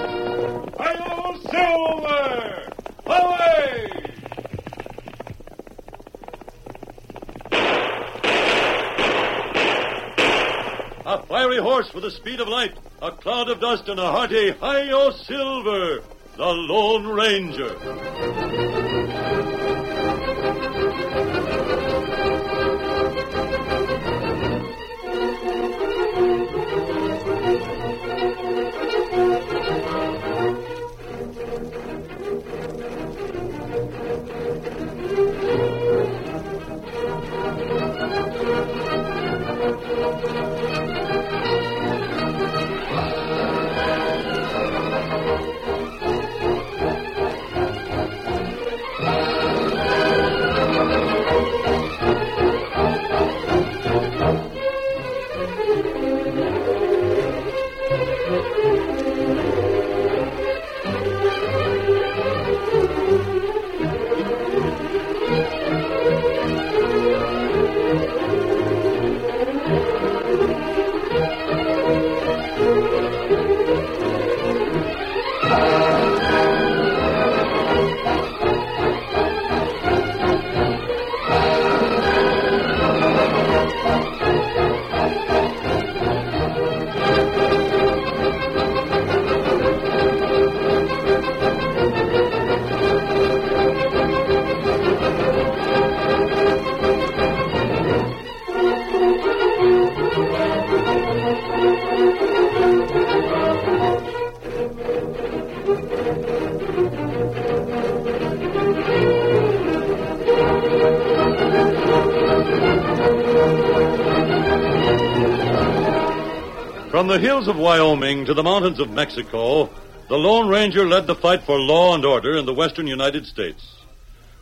Hail Silver! Away! A fiery horse with the speed of light, a cloud of dust, and a hearty Hi-yo Silver, the Lone Ranger. From the hills of Wyoming to the mountains of Mexico, the Lone Ranger led the fight for law and order in the western United States.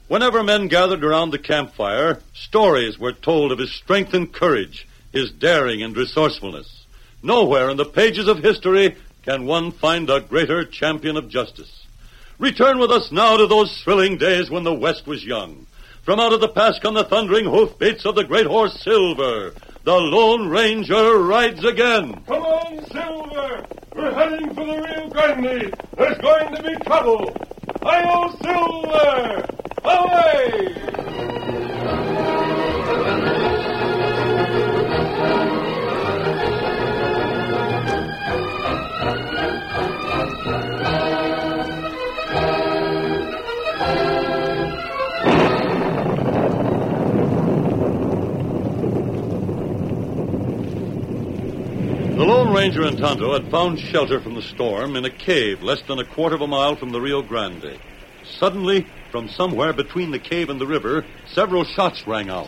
Whenever men gathered around the campfire, stories were told of his strength and courage, his daring and resourcefulness. Nowhere in the pages of history can one find a greater champion of justice. Return with us now to those thrilling days when the West was young. From out of the past come the thundering hoofbeats of the great horse Silver. The Lone Ranger rides again. Come on, Silver! We're heading for the Rio Grande! There's going to be trouble! Hi-yo, Silver! Away! The Lone Ranger and Tonto had found shelter from the storm in a cave less than a quarter of a mile from the Rio Grande. Suddenly, from somewhere between the cave and the river, several shots rang out.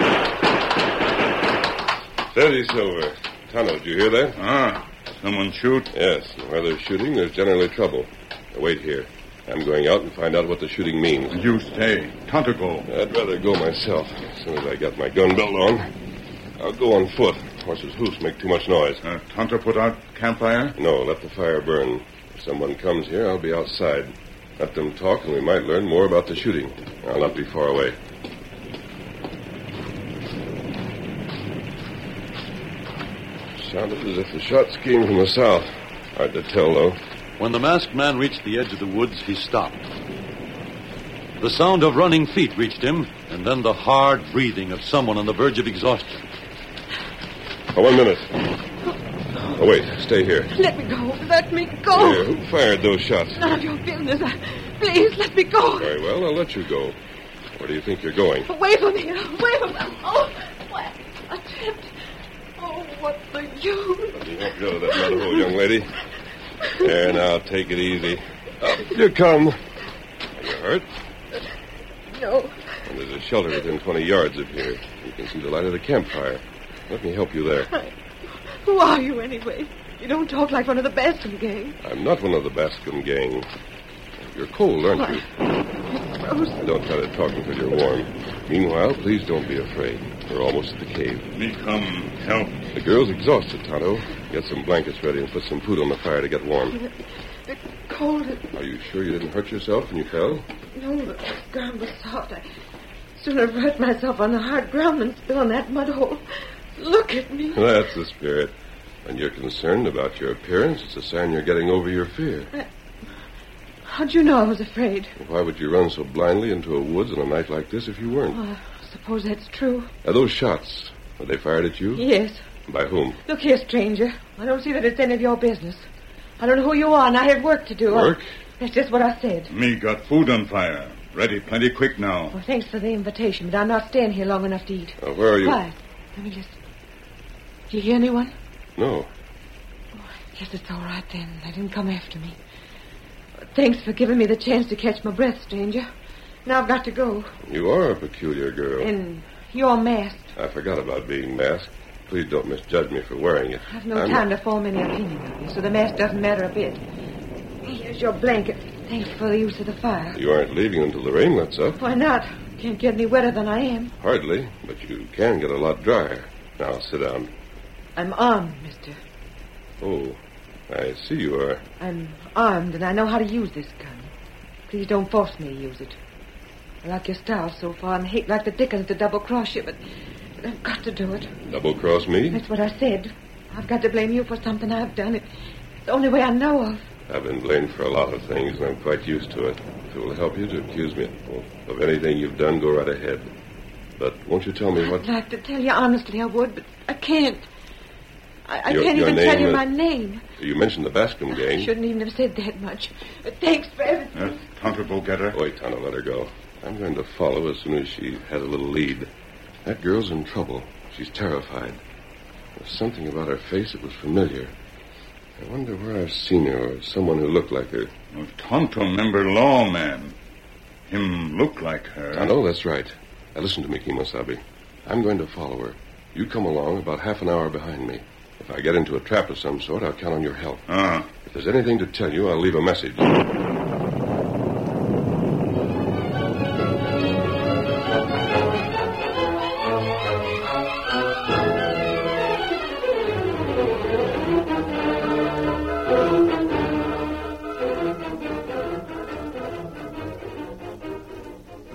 Steady, Silver. Tonto, did uh, you hear that? Ah, someone shoot? Yes, and where there's shooting, there's generally trouble. Now, wait here. I'm going out and find out what the shooting means. You stay. Tonto go. I'd rather go myself as soon as I got my gun belt on. I'll go on foot. Horses' hoofs make too much noise. Uh, Tonto put out campfire? No, let the fire burn. If someone comes here, I'll be outside. Let them talk, and we might learn more about the shooting. I'll not be far away. Sounded as if the shots came from the south. Hard to tell, though. When the masked man reached the edge of the woods, he stopped. The sound of running feet reached him, and then the hard breathing of someone on the verge of exhaustion. Oh, one minute. Oh, wait. Stay here. Let me go. Let me go. Here, who fired those shots? None of your business. I- Please let me go. Very well, I'll let you go. Where do you think you're going? Away from me. Away from me. Oh, what attempt. Oh, what the use. You won't go to that mother young lady. There, now, take it easy. Up you come. Are you hurt? No. Well, there's a shelter within 20 yards of here. You can see the light of the campfire. Let me help you there. Who are you, anyway? You don't talk like one of the Bascom gang. I'm not one of the Bascom gang. You're cold, aren't you? gross. Don't try to talk until you're warm. Meanwhile, please don't be afraid. We're almost at the cave. Me come help. The girl's exhausted, Tonto. Get some blankets ready and put some food on the fire to get warm. The cold, it- Are you sure you didn't hurt yourself when you fell? no, the ground was soft. I sooner hurt myself on the hard ground than spill in that mud hole. Look at me. That's the spirit. When you're concerned about your appearance, it's a sign you're getting over your fear. How'd you know I was afraid? Why would you run so blindly into a woods on a night like this if you weren't? Well, I suppose that's true. Are those shots? Were they fired at you? Yes. By whom? Look here, stranger. I don't see that it's any of your business. I don't know who you are, and I have work to do. I- Work? that's just what I said. Me got food on fire. Ready plenty quick now. Well, thanks for the invitation, but I'm not staying here long enough to eat. Uh, where are you? Quiet. Let me listen. Do you hear anyone? No. Yes, it's all right then. They didn't come after me. Thanks for giving me the chance to catch my breath, stranger. Now I've got to go. You are a peculiar girl. And you're masked. I forgot about being masked. Please don't misjudge me for wearing it. I've no I'm- time to form any opinion of you, so the mask doesn't matter a bit. Here's your blanket. Thanks for the use of the fire. You aren't leaving until the rain lets up. Why not? Can't get any wetter than I am. Hardly, but you can get a lot drier. Now sit down. I'm armed, mister. Oh, I see you are. I'm armed, and I know how to use this gun. Please don't force me to use it. I like your style so far, and hate like the dickens to double cross you, but, but I've got to do it. Double cross me? That's what I said. I've got to blame you for something I've done. It's the only way I know of. I've been blamed for a lot of things, and I'm quite used to it. If it will help you to accuse me of anything you've done, go right ahead. But won't you tell me what I'd like to tell you honestly I would, but I can't. I, I Your- can't your even tell name you is- my name. you mentioned the Bascom I gang? shouldn't even have said that much. But thanks for everything. Yes, Uh, Tonto go get her. Wait, Tonto, let her go. I'm going to follow as soon as she has a little lead. That girl's in trouble. She's terrified. There's something about her face that was familiar. I wonder where I've seen her or someone who looked like her. Well, Uh, Tonto member lawman. Him look like her. Tonto, that's right. Now listen to me, Kimosabe. I'm going to follow her. You come along about half an hour behind me. If I get into a trap of some sort, I'll count on your help. Ah, If there's anything to tell you, I'll leave a message.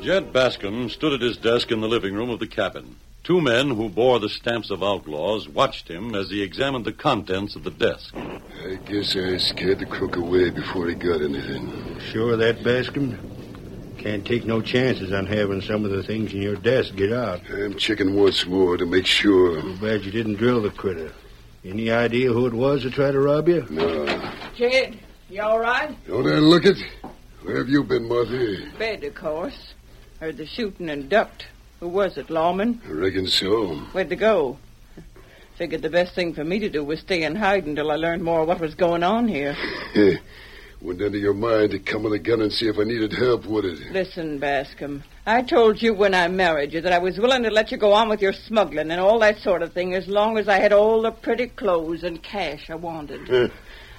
Jed Bascom stood at his desk in the living room of the cabin. Two men who bore the stamps of outlaws watched him as he examined the contents of the desk. I guess I scared the crook away before he got anything. Sure of that, Bascom? Can't take no chances on having some of the things in your desk get out. I'm checking once more to make sure. Too bad you didn't drill the critter. Any idea who it was that tried to rob you? No. Jed, you all right? Don't I look it? Where have you been, Martha? Bed, of course. Heard the shooting and ducked. Who was it, Lawman? I reckon so. Where'd they go? Figured the best thing for me to do was stay and hide until I learned more what was going on here. Heh. Went into your mind to come with a gun and see if I needed help with it. Listen, Bascom. I told you when I married you that I was willing to let you go on with your smuggling and all that sort of thing as long as I had all the pretty clothes and cash I wanted.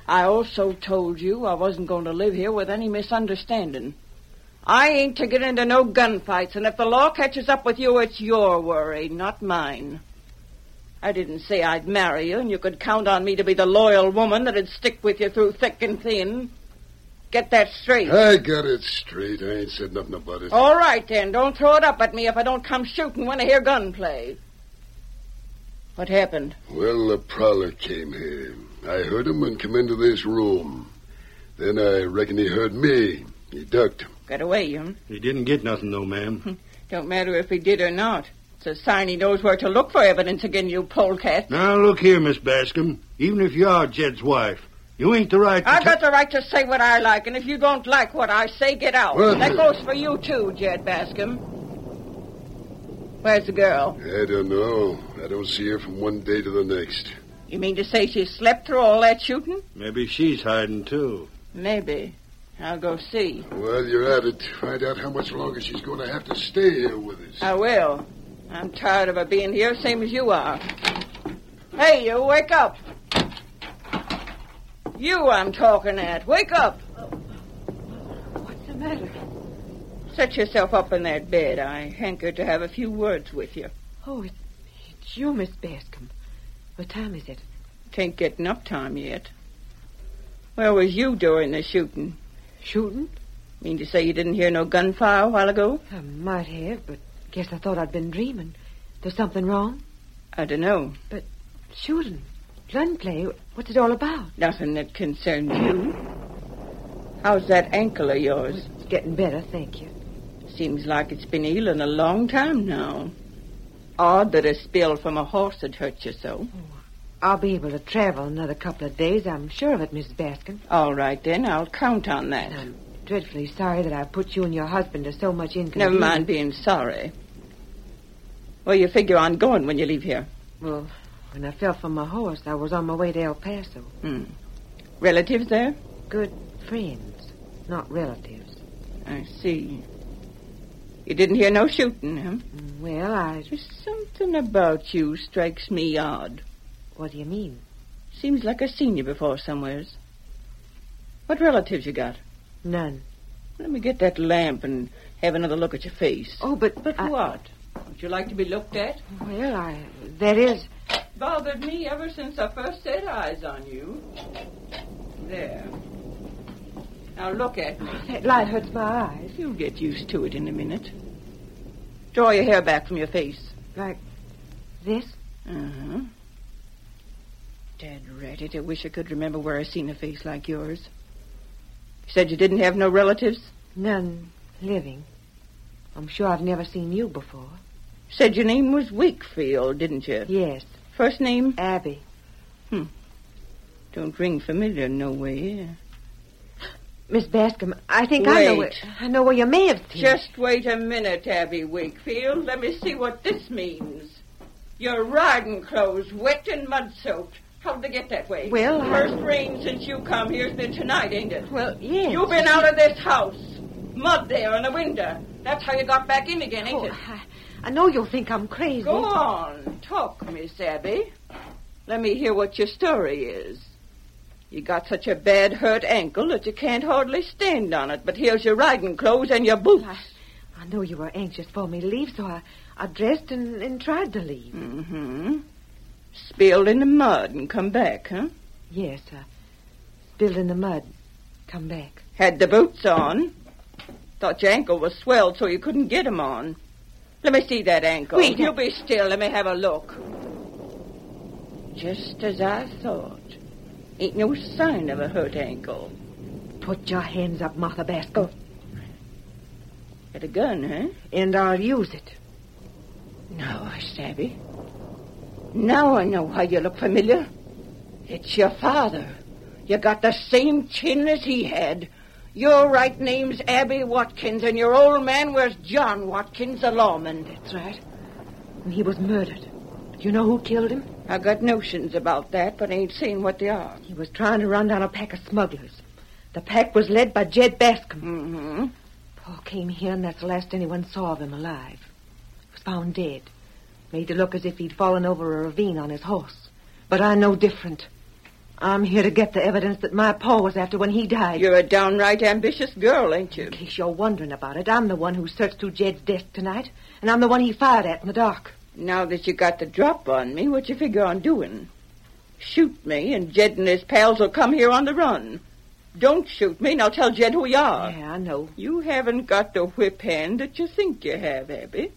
I also told you I wasn't going to live here with any misunderstanding. I ain't to get into no gunfights, and if the law catches up with you, it's your worry, not mine. I didn't say I'd marry you, and you could count on me to be the loyal woman that'd stick with you through thick and thin. Get that straight. I got it straight. I ain't said nothing about it. All right, then. Don't throw it up at me if I don't come shooting when I hear gunplay. What happened? Well, the prowler came here. I heard him and come into this room. Then I reckon he heard me. He ducked. Got away, you. He didn't get nothing, though, ma'am. Don't matter if he did or not. It's a sign he knows where to look for evidence again, you polecat. Now, look here, Miss Bascom. Even if you are Jed's wife, you ain't the right to... I ta- got the right to say what I like, and if you don't like what I say, get out. Well- that goes for you too, Jed Bascom. Where's the girl? I don't know. I don't see her from one day to the next. You mean to say she slept through all that shooting? Maybe she's hiding, too. Maybe. I'll go see. Well, you're at it. Find out how much longer she's going to have to stay here with us. I will. I'm tired of her being here, same as you are. Hey, you, wake up. You I'm talking at. Wake up. What's the matter? Set yourself up in that bed. I hanker to have a few words with you. Oh, it, it's you, Miss Bascom. What time is it? Can't get enough time yet. Where was you during the shooting? Shooting? Mean to say you didn't hear no gunfire a while ago? I might have, but guess I thought I'd been dreaming. There's something wrong? I don't know. Shooting? Gunplay? What's it all about? Nothing that concerns you. How's that ankle of yours? It's getting better, thank you. Seems like it's been healing a long time now. Odd that a spill from a horse had hurt you so. I'll be able to travel another couple of days. I'm sure of it, Mrs. Baskin. All right, then. I'll count on that. No. Dreadfully sorry that I put you and your husband to so much inconvenience. Never mind being sorry. Well, you figure on going when you leave here. Well, when I fell from my horse, I was on my way to El Paso. Hmm. Relatives there? Good friends, not relatives. I see. You didn't hear no shooting, huh? Well, I. There's something about you strikes me odd. What do you mean? Seems like I've seen you before somewheres. What relatives you got? None. Let me get that lamp and have another look at your face. Oh, but. but I- what? Would you like to be looked at? Well, I. That is. Bothered me ever since I first set eyes on you. There. Now look at me. That light hurts my eyes. You'll get used to it in a minute. Draw your hair back from your face. Like this? Uh-huh. Dad ratted, I wish I could remember where I seen a face like yours. You said you didn't have no relatives? None living. I'm sure I've never seen you before. Said your name was Wakefield, didn't you? Yes, First name? Abby. Don't ring familiar no way. Miss Bascom, I think I know where, Wait. I know where you may have seen. Just wait a minute, Abby Wakefield. Let me see what this means. Your riding clothes, wet and mud soaked. How'd they get that way? Well, I- first rain since you come here's been tonight, ain't it? Well, yes. You've been out of this house. Mud there in the window. That's how you got back in again, ain't Oh, it? I, I know you'll think I'm crazy. Go on. Talk, Miss Abby. Let me hear what your story is. You got such a bad hurt ankle that you can't hardly stand on it, but here's your riding clothes and your boots. I know you were anxious for me to leave, so I, I dressed and, and tried to leave. Mm-hmm. Spilled in the mud and come back, huh? Yes, I spilled in the mud. Come back. Had the boots on. Thought your ankle was swelled so you couldn't get 'em on. Let me see that ankle. Wait, I- You be still. Let me have a look. Just as I thought. Ain't no sign of a hurt ankle. Put your hands up, Martha Bascom, Had a gun, huh? and I'll use it. No, Stabby. Now I know why you look familiar. It's your father. You got the same chin as he had. Your right name's Abby Watkins, and your old man was John Watkins, the lawman. That's right. And he was murdered. Do you know who killed him? I got notions about that, but ain't seen what they are. He was trying to run down a pack of smugglers. The pack was led by Jed Bascom. Mm-hmm. Paul came here, and that's the last anyone saw of him alive. He was found dead, made to look as if he'd fallen over a ravine on his horse. But I know different. I'm here to get the evidence that my Paul was after when he died. You're a downright ambitious girl, ain't you? In case you're wondering about it, I'm the one who searched through Jed's desk tonight, and I'm the one he fired at in the dark. Now that you got the drop on me, what you figure on doing? Shoot me, and Jed and his pals will come here on the run. Don't shoot me, and I'll tell Jed who you are. yeah, I know. You haven't got the whip hand that you think you have, Abby.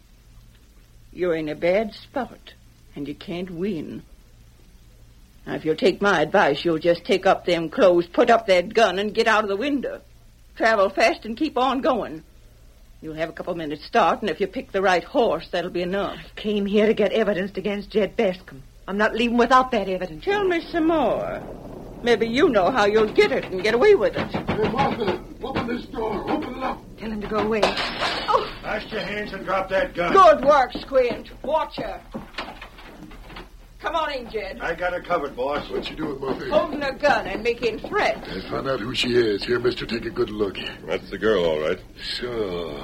You're in a bad spot, and you can't win. Now, if you'll take my advice, you'll just take up them clothes, put up that gun, and get out of the window. Travel fast and keep on going. You'll have a couple minutes start, and if you pick the right horse, that'll be enough. Came here to get evidence against Jed Bascom. I'm not leaving without that evidence. Tell me some more. Maybe you know how you'll get it and get away with it. Hey, Martha, open this door. Open it up. Tell him to go away. Wash your hands and drop that gun. Good work, Squint. Watch her. Come on in, Jed. I got her covered, boss. What'd you do with Murphy? Holding a gun and making threats. I found out who she is. Here, mister, take a good look. That's the girl, all right. So,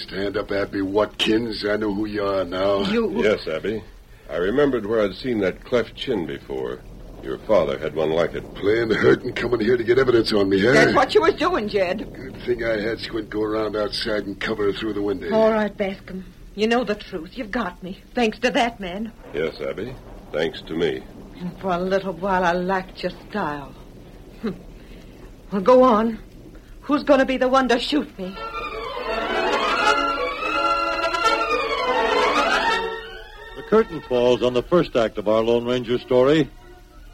stand up, Abby Watkins. I know who you are now. You. Yes, Abby. I remembered where I'd seen that cleft chin before. Your father had one like it. Plan hurt and coming here to get evidence on me, huh? That's what you was doing, Jed. Good thing I had Squint go around outside and cover her through the window. All right, Bascom. You know the truth. You've got me. Thanks to that man. Yes, Abby. Thanks to me. And for a little while, I liked your style. Hmm. well, go on. Who's going to be the one to shoot me? The curtain falls on the first act of our Lone Ranger story.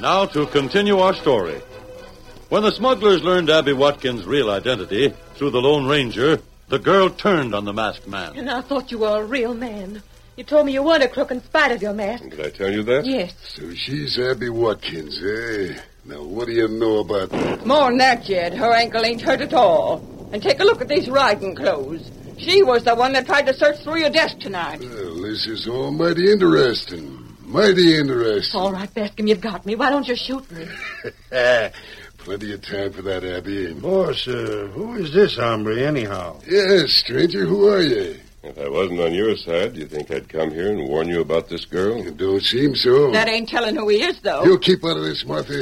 Now to continue our story. When the smugglers learned Abby Watkins' real identity through the Lone Ranger, the girl turned on the masked man. And I thought you were a real man. You told me you weren't a crook in spite of your mask. Did I tell you that? Yes. So she's Abby Watkins, eh? Now, what do you know about that? More'n that, Jed. Her ankle ain't hurt at all. And take a look at these riding clothes. She was the one that tried to search through your desk tonight. Well, this is all mighty interesting. Mighty interesting. All right, Bascom, you've got me. Why don't you shoot me? Ah, Plenty of time for that, Abby. Boss, uh, who is this hombre, anyhow? Yes, stranger, who are you? If I wasn't on your side, do you think I'd come here and warn you about this girl? You don't seem so. That ain't telling who he is, though. You keep out of this, Martha.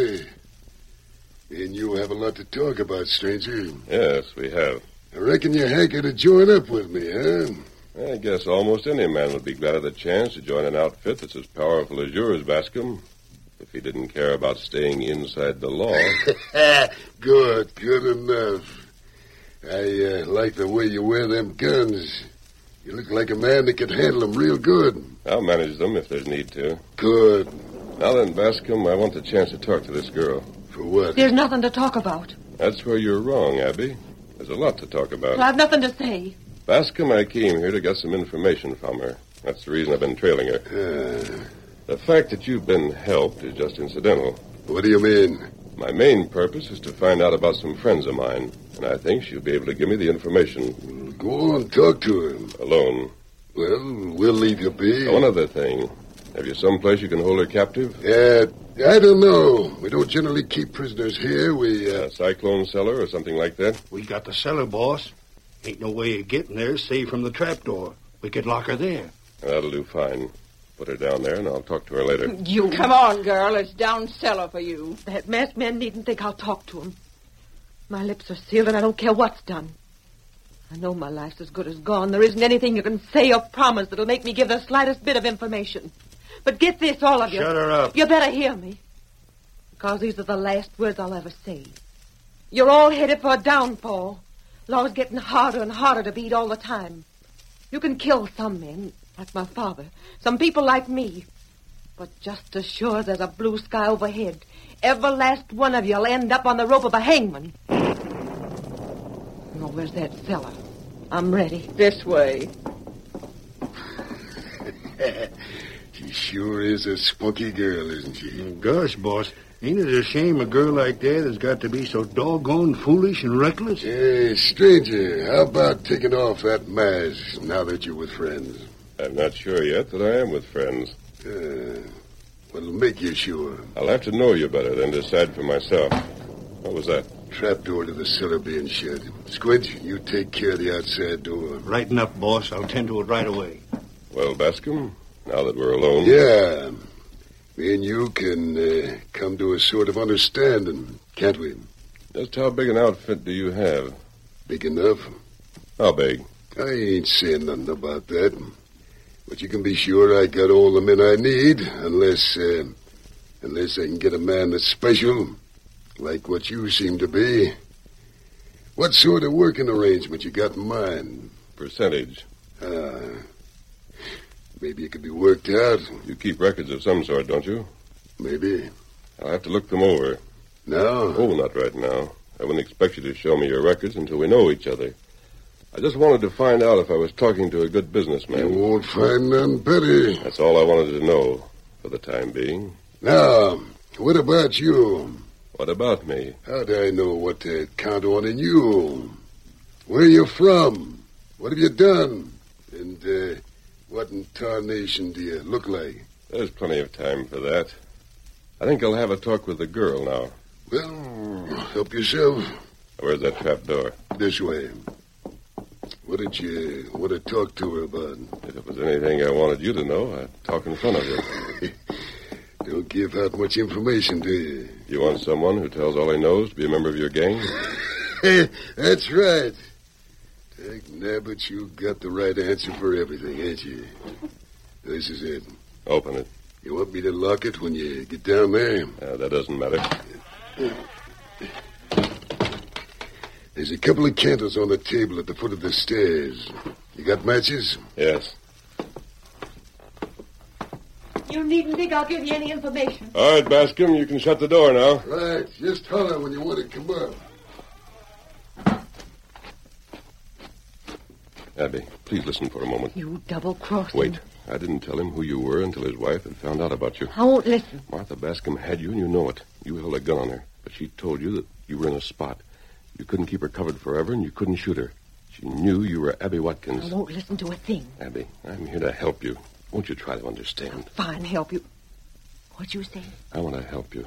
Me and you have a lot to talk about, stranger. Yes, we have. I reckon you're hanker to join up with me, huh? I guess almost any man would be glad of the chance to join an outfit that's as powerful as yours, Bascom. If he didn't care about staying inside the law. good, good enough. I uh, like the way you wear them guns. You look like a man that could handle them real good. I'll manage them if there's need to. Good. Now then, Bascom, I want the chance to talk to this girl. For what? There's nothing to talk about. That's where you're wrong, Abby. There's a lot to talk about. I've nothing to say. Bascom, I came here to get some information from her. That's the reason I've been trailing her. Uh, The fact that you've been helped is just incidental. what do you mean? My main purpose is to find out about some friends of mine, and I think she'll be able to give me the information Go on, talk to him. alone. Well, we'll leave you be. One other thing. Have you some place you can hold her captive? Uh, I don't know. We don't generally keep prisoners here. We, uh, A cyclone cellar or something like that? We got the cellar, boss. Ain't no way of getting there save from the trapdoor. We could lock her there. That'll do fine. Put her down there, and I'll talk to her later. You. Come on, girl. It's down cellar for you. That masked man needn't think I'll talk to him. My lips are sealed, and I don't care what's done. I know my life's as good as gone. There isn't anything you can say or promise that'll make me give the slightest bit of information. But get this, all of you. Shut her up. You better hear me. Because these are the last words I'll ever say. You're all headed for a downfall. Law's getting harder and harder to beat all the time. You can kill some men, like my father, some people like me. But just as sure as there's a blue sky overhead, every last one of you'll end up on the rope of a hangman. Now, where's that cellar? I'm ready. This way. she sure is a spunky girl, isn't she? Oh, Gosh, boss, ain't it a shame a girl like that has got to be so doggone foolish and reckless? Hey, Eh, stranger, how about taking off that mask now that you're with friends? I'm not sure yet that I am with friends. Uh, what'll make you sure? I'll have to know you better, then decide for myself. What was that? Trapdoor to the cellar being shut. Squidge, you take care of the outside door. Righten up, boss. I'll tend to it right away. Well, Bascom, now that we're alone. Yeah. Me and you can uh, come to a sort of understanding, can't we? Just how big an outfit do you have? Big enough? How big? I ain't saying nothing about that. But you can be sure I got all the men I need, unless, uh, unless I can get a man that's special, like what you seem to be. What sort of working arrangement you got in mind? Percentage. Uh, maybe it could be worked out. You keep records of some sort, don't you? Maybe. I'll have to look them over. No? Oh, not right now. I wouldn't expect you to show me your records until we know each other. I just wanted to find out if I was talking to a good businessman. You won't find none, Petty. That's all I wanted to know for the time being. Now, what about you? What about me? How'd I know what to count on in you? Where you from? What have you done? And uh, what in tarnation do you look like? There's plenty of time for that. I think I'll have a talk with the girl now. Well, help yourself. Where's that trap door? This way. What did you want to talk to her about? If it was anything I wanted you to know, I'd talk in front of you. Don't give out much information, do you? You want someone who tells all he knows to be a member of your gang? Hey, that's right. Dick Nabbit, you got the right answer for everything, ain't you? This is it. Open it. You want me to lock it when you get down there? Uh, that doesn't matter. There's a couple of candles on the table at the foot of the stairs. You got matches? Yes. You needn't think I'll give you any information. All right, Bascom, you can shut the door now. Right. Just holler when you want to come up. Abby, please listen for a moment. You double crossed. Wait. I didn't tell him who you were until his wife had found out about you. I won't listen. Martha Bascom had you, and you know it. You held a gun on her, but she told you that you were in a spot. You couldn't keep her covered forever, and you couldn't shoot her. She knew you were Abby I Watkins. won't listen to a thing. Abby, I'm here to help you. Won't you try to understand? Fine, help you. What you say? I want to help you.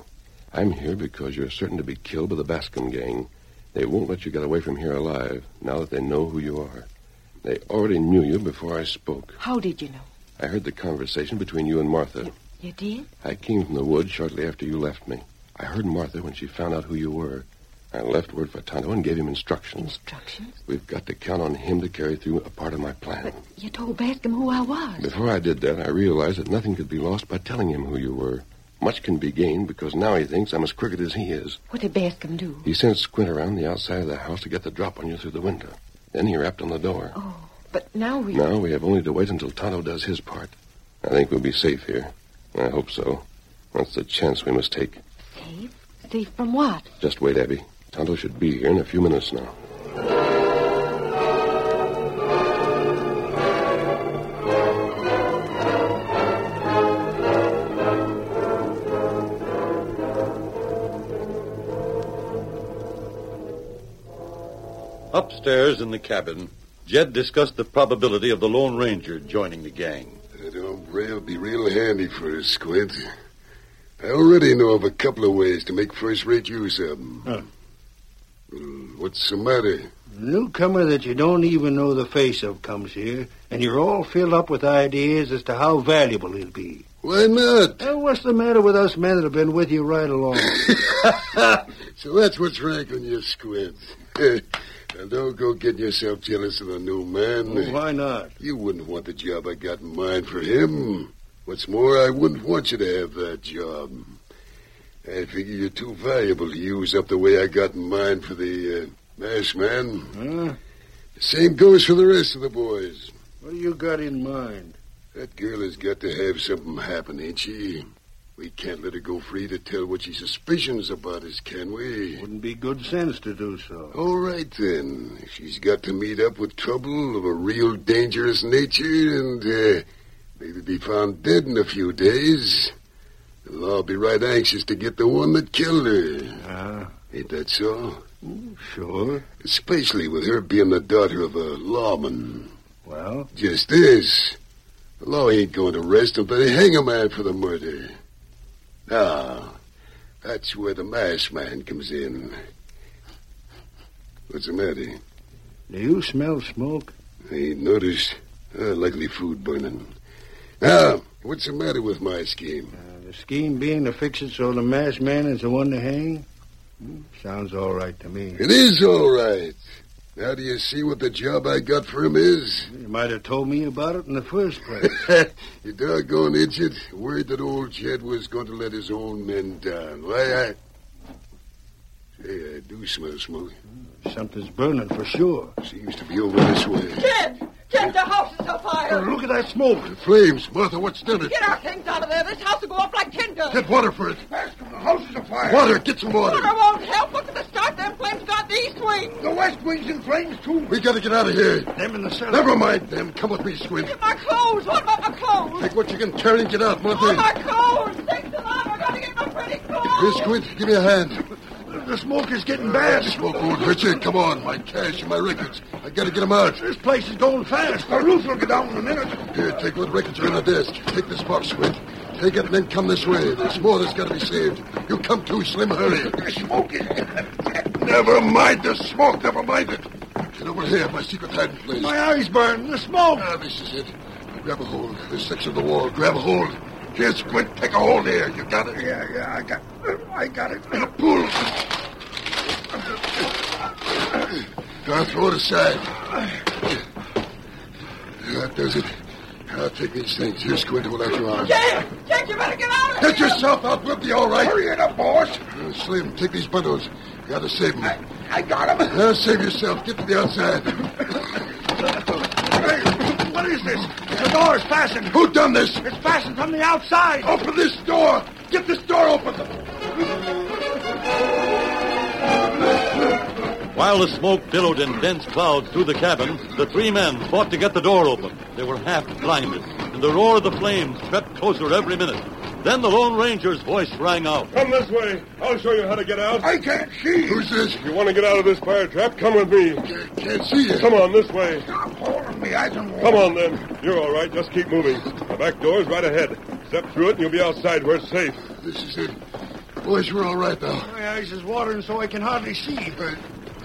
I'm here because you're certain to be killed by the Bascom gang. They won't let you get away from here alive, now that they know who you are. They already knew you before I spoke. How did you know? I heard the conversation between you and Martha. You did? I came from the woods shortly after you left me. I heard Martha when she found out who you were. I left word for Tonto and gave him instructions. Instructions? We've got to count on him to carry through a part of my plan. You told Bascom who I was. Before I did that, I realized that nothing could be lost by telling him who you were. Much can be gained because now he thinks I'm as crooked as he is. What did Bascom do? He sent Squint around the outside of the house to get the drop on you through the window. Then he rapped on the door. Oh, but now we. Now we have only to wait until Tonto does his part. I think we'll be safe here. I hope so. That's the chance we must take. Safe? Safe from what? Just wait, Abby. Tonto should be here in a few minutes now. Upstairs in the cabin, Jed discussed the probability of the Lone Ranger joining the gang. That ombre will be real handy for us, Squint. I already know of a couple of ways to make first-rate use of them. Huh. What's the matter? Newcomer that you don't even know the face of comes here, and you're all filled up with ideas as to how valuable he'll be. Why not? Hey, what's the matter with us men that have been with you right along? So that's what's rankling you, Squint. now don't go getting yourself jealous of the new man. Well, why not? You wouldn't want the job I got in mind for him. What's more, I wouldn't want you to have that job. I figure you're too valuable to use up the way I got in mind for the uh, mass man. Huh? The same goes for the rest of the boys. What do you got in mind? That girl has got to have something happen, ain't she? We can't let her go free to tell what she suspicions about us, can we? Wouldn't be good sense to do so. All right, then. She's got to meet up with trouble of a real dangerous nature and uh, maybe be found dead in a few days. The law'll be right anxious to get the one that killed her. Ah, Ain't that so? sure. Especially with her being the daughter of a lawman. Well, Just this. The law ain't going to arrest him, but they hang a man for the murder. Now, that's where the masked man comes in. What's the matter? do you smell smoke? I ain't noticed. Uh, likely food burning. Now, what's the matter with my scheme? Uh, the scheme being to fix it so the masked man is the one to hang? Hmm, Sounds all right to me. It is all right. Now, do you see what the job I got for him is? You might have told me about it in the first place. you doggone idiot. Worried that old Jed was going to let his own men down. Why, I. Say, I do smell smoke. Something's burning for sure. Seems to be over this way. Jed! Jed, the house is afire! Oh, Look at that smoke. The flames. Martha, what's done it? Get our things out of there. This house will go up like tin guns. Get water for it. The house is afire. Water. Get some water. Water won't help. Look at the start them flames got. not the east wing. The West Wing's in flames, too. We gotta get out of here. Them in the cellar. Never mind them. Come with me, Squint. My clothes. What about my clothes? Take what you can carry and get out, Oh, Monty. my clothes. Thanks a lot. I gotta get my pretty Here, clothes. Squint, give me a hand. The smoke is getting bad. Smoke won't hurt you. Come on, my cash and my records. I gotta get them out. This place is going fast. The roof will get down in a minute. Here, take what records are in the desk. Take this box, Squint. Take it and then come this way. There's more that's gotta be saved. You come too, Slim. Hurry. The smoke is... Never mind the smoke. Never mind it. Get over here. My secret hiding place. My eyes burn. The smoke. Ah, this is it. Grab a hold. This section of the wall. Grab a hold. Here, Squint, take a hold here. You got it? Yeah, yeah, I got... I got it. Now pull. Now throw it aside. That does it. I'll take these things. Here, Squint, hold out your arm. Jake, Jake, you better get out of here. Get yourself out. We'll be all right. it up, boss. Uh, Slim, take these bundles. You gotta save them. I got him. Now save yourself. Get to the outside. Hey, what is this? The door is fastened. Who done this? It's fastened from the outside. Open this door. Get this door open. While the smoke billowed in dense clouds through the cabin, the three men fought to get the door open. They were half blinded, and the roar of the flames crept closer every minute. Then the Lone Ranger's voice rang out. Come this way. I'll show you how to get out. I can't see. Who's this? If you want to get out of this fire trap, come with me. Can't see you. Come on, this way. Stop holding me. I don't Come on, then. You're all right. Just keep moving. The back door's right ahead. Step through it, and you'll be outside. We're safe. This is it. Boys, we're all right now. My eyes is watering so I can hardly see. Uh,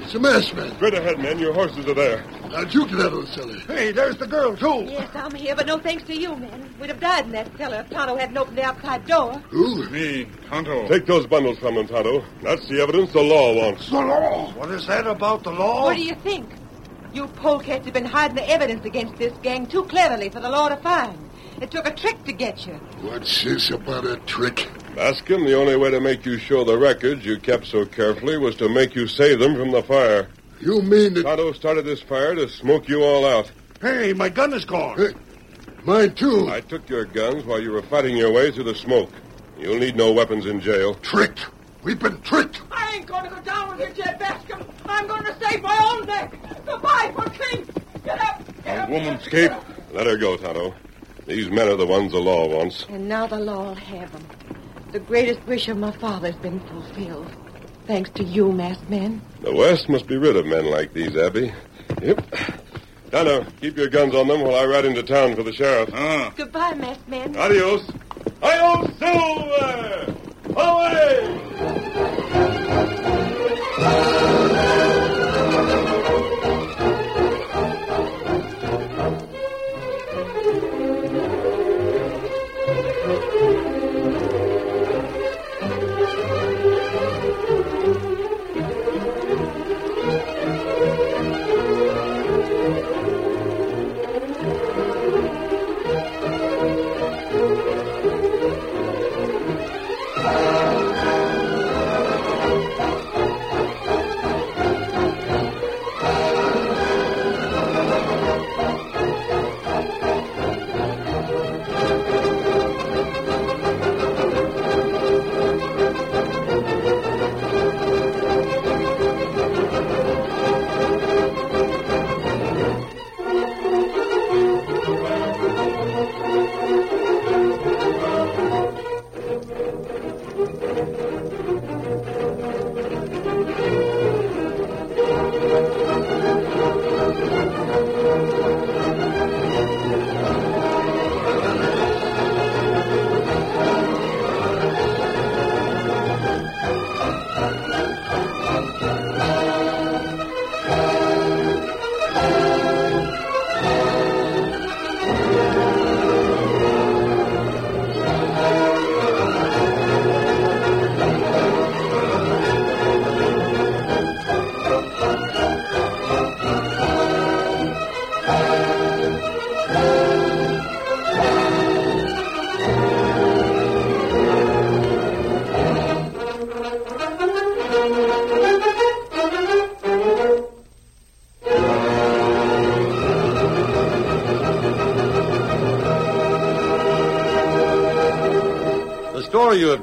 It's a mess, man. Straight ahead, men. Your horses are there. Now, you get out of the cellar. Hey, there's the girl, too. Yes, I'm here, but no thanks to you, men. We'd have died in that cellar if Tonto hadn't opened the outside door. Who? Me, Tonto. Take those bundles from them, Tonto. That's the evidence the law wants. The law. What is that about the law? Oh. What do you think? You polecats have been hiding the evidence against this gang too cleverly for the law to find. It took a trick to get you. What's this about a trick? Bascom, the only way to make you show the records you kept so carefully was to make you save them from the fire. You mean that Tonto started this fire to smoke you all out. Hey, my gun is gone. Hey. mine too? I took your guns while you were fighting your way through the smoke. You'll need no weapons in jail. Tricked. We've been tricked. I ain't going to go down with you, Jed Bascom. I'm going to save my own neck. Goodbye, for King. Get up. Get A up. woman Escape. Let her go, Tonto. These men are the ones the law wants. And now the law'll have them. The greatest wish of my father's been fulfilled. Thanks to you, masked men. The West must be rid of men like these, Abby. Yep. Tonto, keep your guns on them while I ride into town for the sheriff. Ah, Goodbye, masked men. Adios. Adios, Silver! Away! The story you have